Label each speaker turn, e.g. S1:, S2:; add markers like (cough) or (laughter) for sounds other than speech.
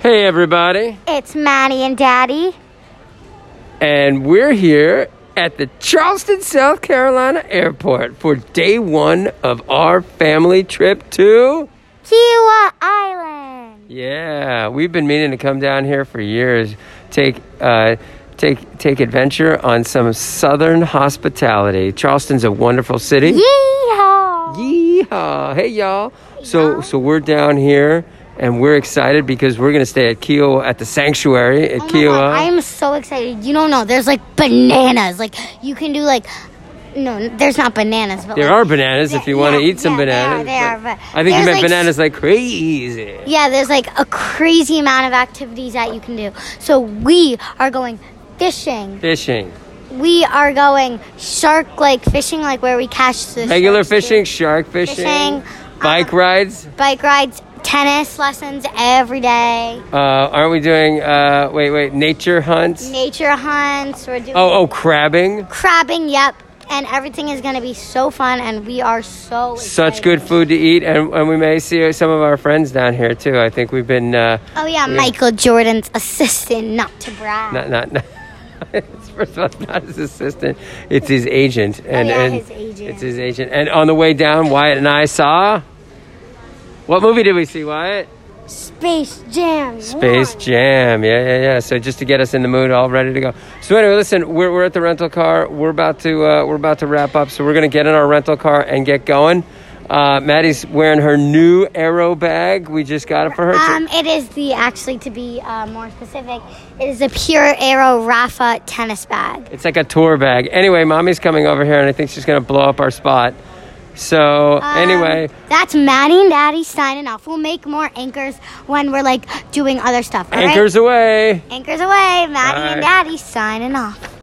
S1: Hey, everybody.
S2: It's Maddie and Daddy.
S1: And we're here at the Charleston, South Carolina airport for day one of our family trip to.
S2: Kiwa Island.
S1: Yeah, we've been meaning to come down here for years. Take. Uh, Take, take adventure on some southern hospitality. Charleston's a wonderful city.
S2: Yeehaw. Oh
S1: Yeehaw! Hey y'all. So so we're down here and we're excited because we're gonna stay at Kiowa at the sanctuary at
S2: Oh my God, I
S1: Kiowa.
S2: am so excited. You don't know. There's like bananas. Like you can do like no, there's not bananas, but
S1: There
S2: like,
S1: are bananas if you want to
S2: yeah,
S1: eat some
S2: yeah, they are,
S1: bananas.
S2: they are, but
S1: I think you
S2: there's,
S1: meant
S2: like,
S1: bananas like crazy.
S2: Yeah, there's like a crazy amount of activities that you can do. So we are going fishing.
S1: Fishing.
S2: We are going shark like fishing, like where we catch the
S1: Regular
S2: sharks, too.
S1: fishing, shark fishing,
S2: Fishing,
S1: bike
S2: um,
S1: rides.
S2: bike rides, tennis lessons every day,
S1: Uh, aren't we doing uh, wait wait nature hunts?
S2: nature hunts. We're doing
S1: Oh oh crabbing.
S2: crabbing. Yep, and everything is gonna be so fun, and we are so
S1: Such
S2: excited.
S1: good food to eat, and, and we may see some of our friends down here too. I think we've been uh,
S2: Oh yeah,
S1: We're-
S2: Michael Jordan's assistant, not to brag.
S1: not not. (laughs) not it's first of all it's not his assistant; it's his agent. And,
S2: Oh, yeah,
S1: and
S2: his agent.
S1: It's his agent. And on the way down, Wyatt and I saw. What movie did we see, Wyatt?
S2: Space Jam.
S1: Space Jam. Yeah, yeah, yeah. So just to get us in the mood, all ready to go. So anyway, listen, we're, we're at the rental car. We're about to uh, we're about to wrap up. So we're gonna get in our rental car and get going. Uh, Maddie's wearing her new arrow bag. We just got it for her. It's a-
S2: Um, it is the actually to be uh, more specific, it is a pure Aero Rafa tennis bag.
S1: It's like a tour bag. Anyway, mommy's coming over here, and I think she's gonna blow up our spot. So
S2: Um,
S1: anyway,
S2: that's Maddie and Daddy signing off. We'll make more anchors when we're like doing other stuff. all right?
S1: anchors away.
S2: Anchors away, Maddie and
S1: Bye.
S2: Daddy signing off.